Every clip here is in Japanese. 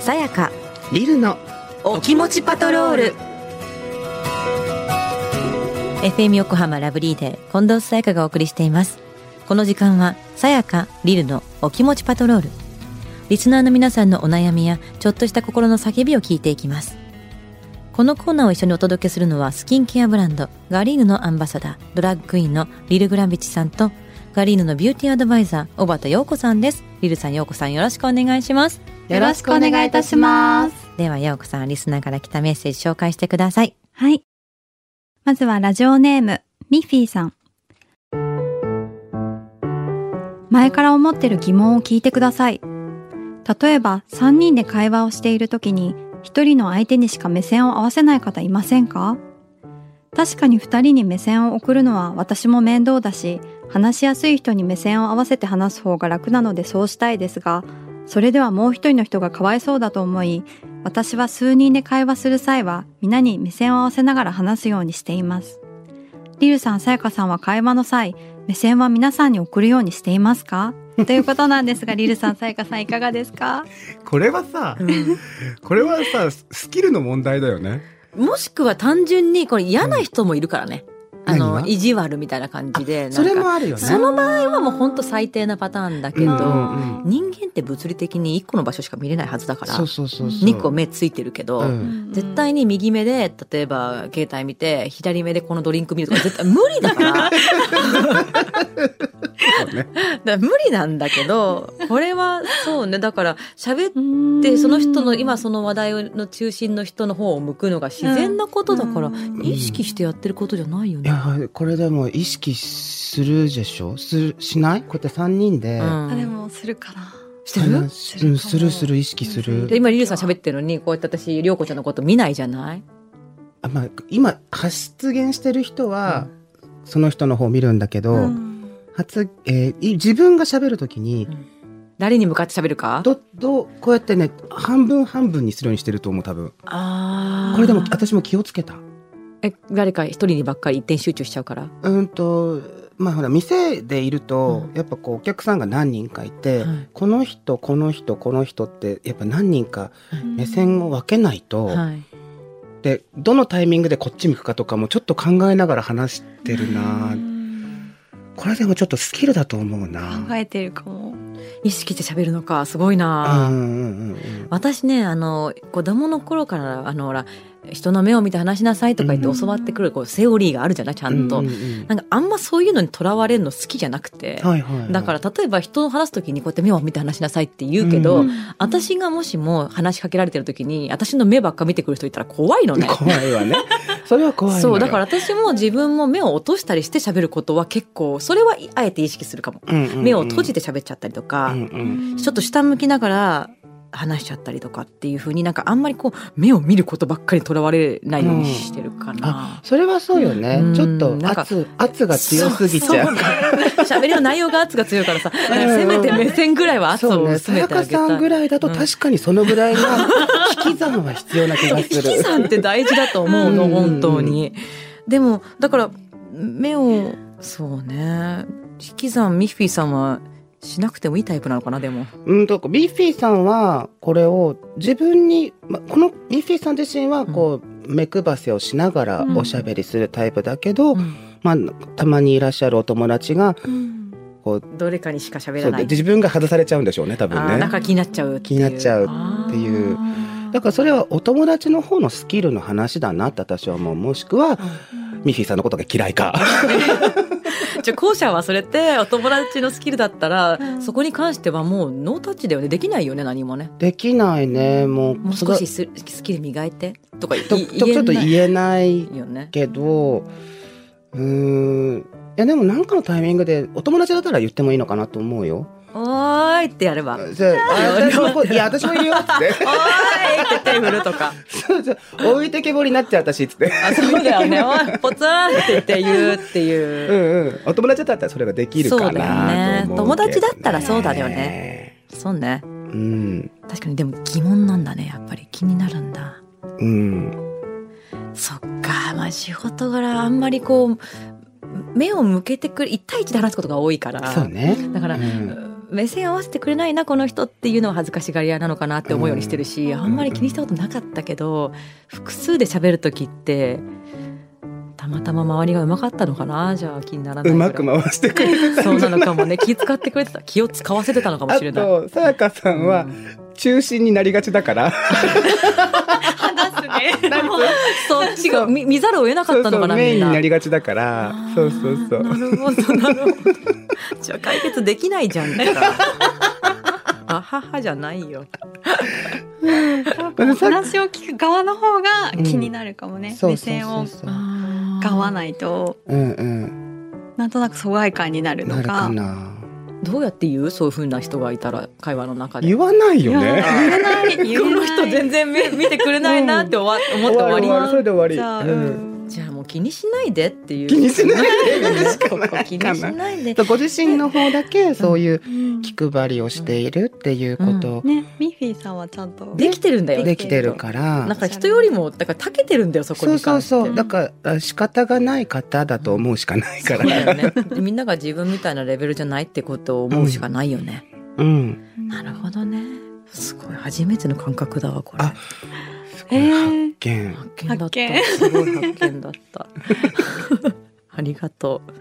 さやかリルのお気持ちパトロール FM 横浜ラブリーデー近藤さやかがお送りしていますこの時間はさやかリルのお気持ちパトロールリスナーの皆さんのお悩みやちょっとした心の叫びを聞いていきますこのコーナーを一緒にお届けするのはスキンケアブランドガリーヌのアンバサダードラッグクイーンのリル・グランビチさんとガリーヌのビューティーアドバイザー小畑陽子さんですリルさん陽子さんよろしくお願いしますよろしくお願いいたしますでは陽子さんリスナーから来たメッセージ紹介してくださいはいまずはラジオネームミッフィーさん前から思ってる疑問を聞いてください例えば3人で会話をしている時に1人の相手にしか目線を合わせない方いませんか確かに2人に目線を送るのは私も面倒だし話しやすい人に目線を合わせて話す方が楽なのでそうしたいですがそれではもう一人の人がかわいそうだと思い私は数人で会話する際は皆に目線を合わせながら話すようにしていますリルさんさやかさんは会話の際目線は皆さんに送るようにしていま すかということなんですがリルさんさやかさんいかがですかこれはさ、これはさスキルの問題だよねもしくは単純にこれ嫌な人もいるからね。あ何のが意地悪みたいな感じでなんかそれもあるよねその場合はもう本当最低なパターンだけど、うんうんうん人間って物理的に1個の場所しか見れないはずだからそうそうそうそう2個目ついてるけど、うん絶対に右目で例えば携帯見て左目でこのドリンク見るとか絶対無理だから だかそうねら無理なん だけどこれはそうねだから喋っでてその人の今その話題の中心の人の方を向くのが自然なことだから、うん意識してやってることじゃないよいね。やこれでも意識するでしょするしないこうやって三人で、あでもするかなしてる話するするする意識すでる今リリーさん喋ってるのにこうやって私涼子ちゃんのこと見ないじゃないあ、まあ、今発言してる人は、その人の方見るんだけど、うん発えーい自分が喋るときに、誰に向かって喋るかどどこうやってね半分半分にするようにしてると思う多分あーこれでも私も気をつけたえ誰か一人にばっかり一点集中しちゃうから、うんとまあほら店でいると、うんやっぱこうお客さんが何人かいて、はいこの人この人この人ってやっぱ何人かうん目線を分けないと、はい、でどのタイミングでこっち向くかとかもちょっと考えながら話してるな、うんこれでもちょっとスキルだと思うな考えてるかも意識して喋るのかすごいうな、んうんうんうん私ねあの子供の頃からあのほら人の目を見て話しなさいとか言うっんて教わってくる、こうセオリーがあるじゃないちゃんと、うんうんうんなんかあんまそういうのにとらわれるの好きじゃなくて、はいはいはいだから例えば人を話す時にこうやって目を見て話しなさいって言うけど、うん私がもしも話しかけられてる時に私の目ばっか見てくる人いたら怖いのね。怖いわねそれは怖いのよそうだから私も自分も目を落としたりして喋ることは結構それはあえて意識するかも、うんうんうん目を閉じて喋っちゃったりとか、うんうんちょっと下向きながら話しちゃったりとかっていうふうになんかあんまりこう目を見ることばっかりとらわれないようにしてるかな。それはそうよね、うんちょっとなんか圧圧が強すぎちゃう 喋りの内容が圧が強いからさ、んせめて目線ぐらいは圧そうをね、薄めさてあかげたさんぐい。らいだとうん確かにそのぐらいが 引き算は必要な気が引すきる。算って大事だと思ううの、ん本当に。でも、だから、目を、そうね、引き算、ミッフィーさんはしなくてもいいタイプなのかな、でも。うんと、ビーフィーさんはこれを自分に、ま、このビーフィーさん自身はこう、目くばせをしながらおしゃべりするタイプだけど、まあ、たまにいらっしゃるお友達が、こう、どれかにしか喋そらうない。自分が外されちゃうんでしょうね、多あ分ーねだ。から気になっちゃうっていう。気になっちゃうっっていう。だからそれはお友達の方のスキルの話だなって私は思う。もしくは、ミッフィーさんのことが嫌いか。じゃあ後者はそれってお友達のスキルだったら、んそこに関してはもうノータッチだよねできないよね何もねできないね、もう。もう少しススキル磨いてとかいと言とちょっと言えないえないよねけど、うーん。いやでもなんかのタイミングでお友達だったら言ってもいいのかなと思うよ。おーいってやればおーいじゃあ、私もこういや私もいるよっつって。って手振るとかそうそう置いてけぼりになっちゃう私っつって。あそうだよねおいポツンって言って言うってういうんうん。お友達だったらそれができるかなと思うけどねそうだよね友達だったらそうだよね。そうねうん。確かにでも疑問なんだねやっぱり気になるんだうん。そっか、まあ仕事柄あんまりこう、目を向けてくる、一対一で話すことが多いから。そうね。だから、うん目線合わせてくれないなこの人っていうのは恥ずかしがり屋なのかなって思うようにしてるし、んあんまり気にしたことなかったけど複数で喋る時ってたまたま周りがうまかったのかなじゃあ気にならないうぐらいまく回してくれるそうなのかもね気使ってくれてた気を使わせてたのかもあしれない。とさやかさんは中心になりがちだから話 すねそっちが見見ざるを得なかそっうたのそかうなメイみんンにななりがちだからそうそうそうあーなるほど、なるほど。じゃあ解決できないじゃ んか。あははじゃないよ。お話を聞く側の方が気になるかもね、そう目そう線そをうそうが合わなないとうんうんなんとなく疎外感になるなのるかかなどうやって言うそういうふうな人がいたら会話の中で。言こわないよいやね言え ない言えないの人全然目見てくれないなって終わ思って終終わわるそれで終じわゃあ、りうんうんり。じゃあもう気にしないでっていう。気にしないでここ気にしないで。ご自身の方だけそういううん気配りをしているっていうことねミッフィーさんはちゃんとできてるんだよ。できてるからだから人よりもだから長けてるんだよそこそうにそう関して。そうだから仕方がない方だと思うしかないからそうだよね。みんなが自分みたいなレベルじゃないってことを思うしかないよね。うんなるほどね。すごい初めての感覚だわこれ。あえーゲン発見だっ発た。見すごい発見だ った。ありがとう。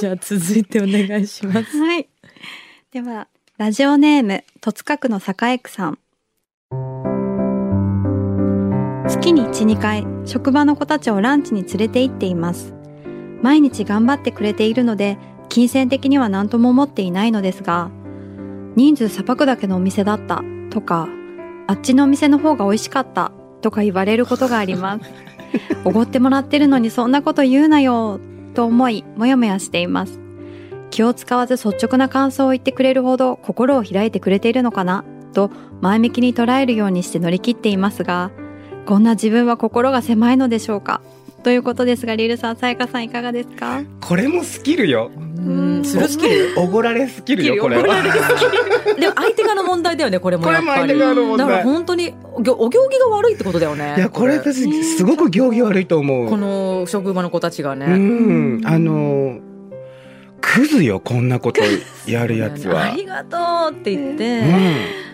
じゃあ続いてお願いします。はい。では、ラジオネーム、戸塚区の栄区さん。月に1、2回、職場の子たちをランチに連れて行っています。毎日頑張ってくれているので、金銭的には何とも思っていないのですが、人数さばくだけのお店だったとか、あっちのお店の方が美味しかったとか言われることがあ ります。おごってもらってるのにそんなこと言うなよと思い、もやもやしています。気を使わず率直な感想を言ってくれるほど心を開いてくれているのかなと前向きに捉えるようにして乗り切っていますがこんな自分は心が狭いのでしょうかということですがリルさんさやかさんいかがですかこれもスキルようん、するスキル。おごられスキルよこれおごられはでも相手側の問題だよね、これもこやれっもぱ相手り。だ側の問から題本当にお行お行儀が悪いってことだよね。いやこれこ私すごく行儀悪いと思うこの職場の子たちがね。うん、あのクズよこんなことやるやつはあ。りがとうって言って、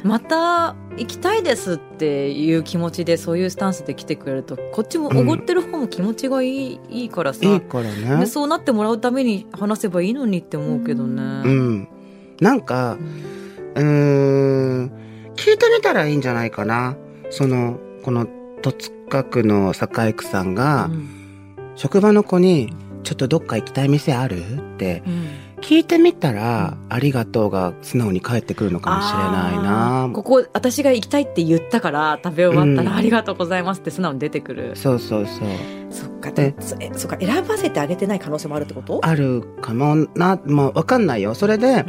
うまた行きたいですっていう気持ちでそういうスタンスで来てくれるとこっちもおごってる方も気持ちがいい,、いいからさん、いいからでね。そうなってもらうために話せばいいのにって思うけどね。うん、なんかうーん聞いてみたらいいんじゃないかな。そのこの戸塚区の栄区さんが、うん職場の子に「ちょっとどっか行きたい店ある?」って聞いてみたら「ありがとう」が素直に返ってくるのかもしれないあーなこ。こ私が行きたいって言ったから食べ終わったら、うんありがとうございますって素直に出てくるそうそうそう。そっかででそえそっか選ばせてあげてない可能性もあるってことあるかもな、まあ、わかんないよ。それで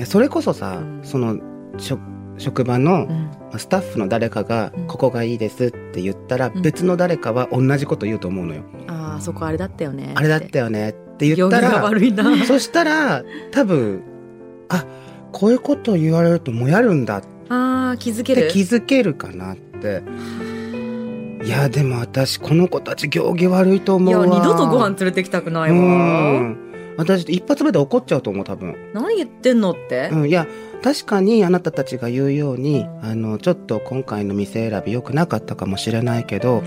う、それこそさ、うんその、しょ職場うのんスタッフの誰かがうん、ここがいいですって言ったら、うん別の誰かは同じこと言うと思うのよ。あーそこあれだったよねあれだったよねって言行った儀がら、悪いな そしたら、多分、あ、こういうこと言われるともやるんだっあー気づけてる気づけるかなって。いや、でも私、この子たち行儀悪いと思いうやわ。二度とご飯連れてきたくないうわん。私、一発目で怒っちゃうと思う、多分。何言ってんのって、うん、いや確かにあなたたちが言うようにあのちょっと今回の店選び良くなかったかもしれないけど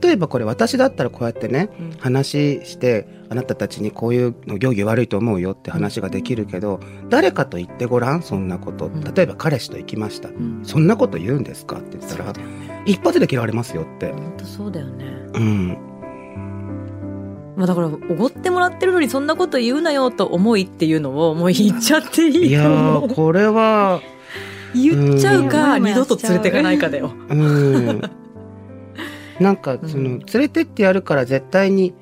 例えばこれ私だったらこうやってねうん話してあなたたちにこういうの行儀悪いと思うよって話ができるけど誰かと言ってごらんそんなことん例えば彼氏と行きましたうんそんなこと言うんですかって言ったそうだらよね一発で嫌われますよって本当そうだよねうんまあだからおごってもらってるのにそんなこと言うなよと思いっていうのをもう言っちゃっていいいやと思うーこれは言っちゃうかうん二度と連れていかないかだようん、なんかそのうん連れてってやるから絶対に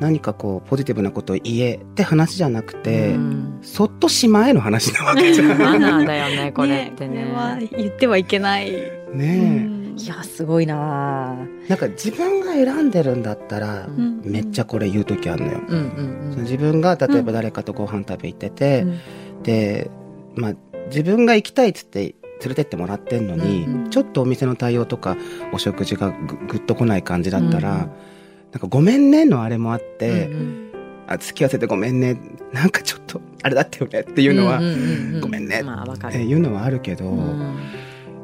何かこうポジティブなことを言えって話じゃなくて、うんそっとしまえの話なわけ じゃんマナーだよねこれってねこれは言ってはいけない、ねいやすごいなあえなんか自分が選んでるんだったらうんめっちゃゃこれ言う時あるのよ。うんその自分が例えば誰かとご飯食べ行ってて、で、まあ、自分が行きたいっつって連れてってもらってんのに、うんうんちょっとお店の対応とかお食事がぐぐっとこない感じだったら、なんか「ごめんね」のあれもあって、うんうんあ付き合わせてごめんねなんかちょっとあれだったよねっていうのは、んうんうんごめんねまあわかえる、いうのはあるけど、うん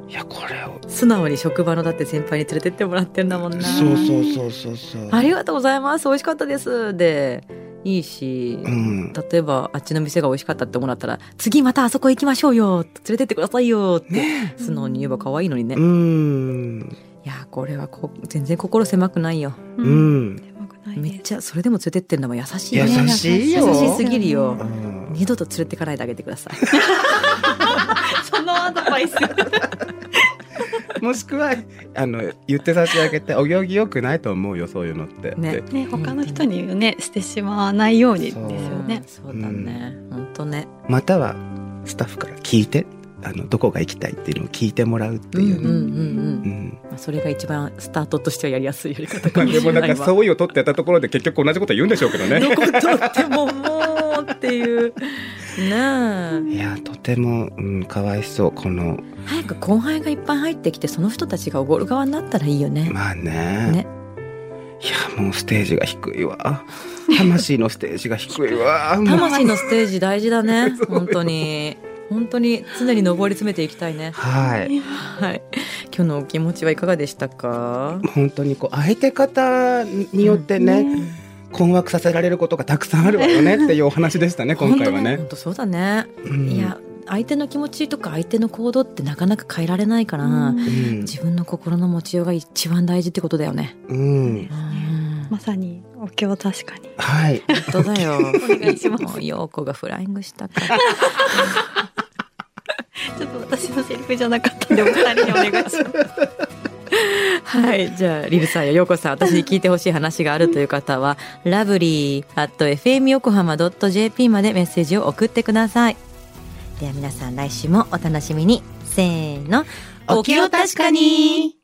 いやこれを素直に職場のだって先輩に連れてってもらってんだもんなそうそうそうそうそうありがとうございます美味しかったですでいいし、うん例えばあっちの店が美味しかったってもらったら次またあそこ行きましょうよ連れてってくださいよって素直に言えば可愛いのにね、ういんやこれはこ全然心狭くないよううんん狭くないめねっちゃそれでも連れてってんのも優しい優ねしいよ優しすぎるよう、ん二度と連れてかないであげてくださいそのアドバイスもしくはあの言って差し上げてお行儀よくないと思うよそういうのって。ねで ね他の人にねしてしまわないようにですようんねそうだね、本当ねまたはスタッフから聞いてあのどこが行きたいっていうのを聞いてもらうってうんいうう、んうねんうんうんまあそれが一番スタートとしてはやりやすいやり方まかあもしでれ もなないんかそういうを取ってたところで結局同じこと言うんでしょうけどね。どことってももうっていうなあいやとても、うん、かわいそうこの早く後輩がいっぱい入ってきてその人たちがおごる側になったらいいよね。まあねねいやもうステージが低いわ魂のステージが低いわもう魂のステージ大事だねそうよ本当に本当に常に上り詰めていきたいね。はいはい今日のお気持ちはいかがでしたか。本当にこう相手方によってね,、ね困惑させられることがたくさんあるわよねっていうお話でしたね今回はね。本当そうだね。うんいや相手の気持ちとか相手の行動ってなかなか変えられないから、うん自分の心の持ちようが一番大事ってことだよね。うん、うんまさにお経確かにはい本当だよ。お願いします陽子がフライングしたから。ちょっと私のセリフじゃなかったんでお二人にお願いしますはい。じゃあ、リルさんや陽子さん、私に聞いてほしい話があるという方は、ラブリー at fm 横浜 .jp までメッセージを送ってください。では皆さん来週もお楽しみに。せーの。お気を確かに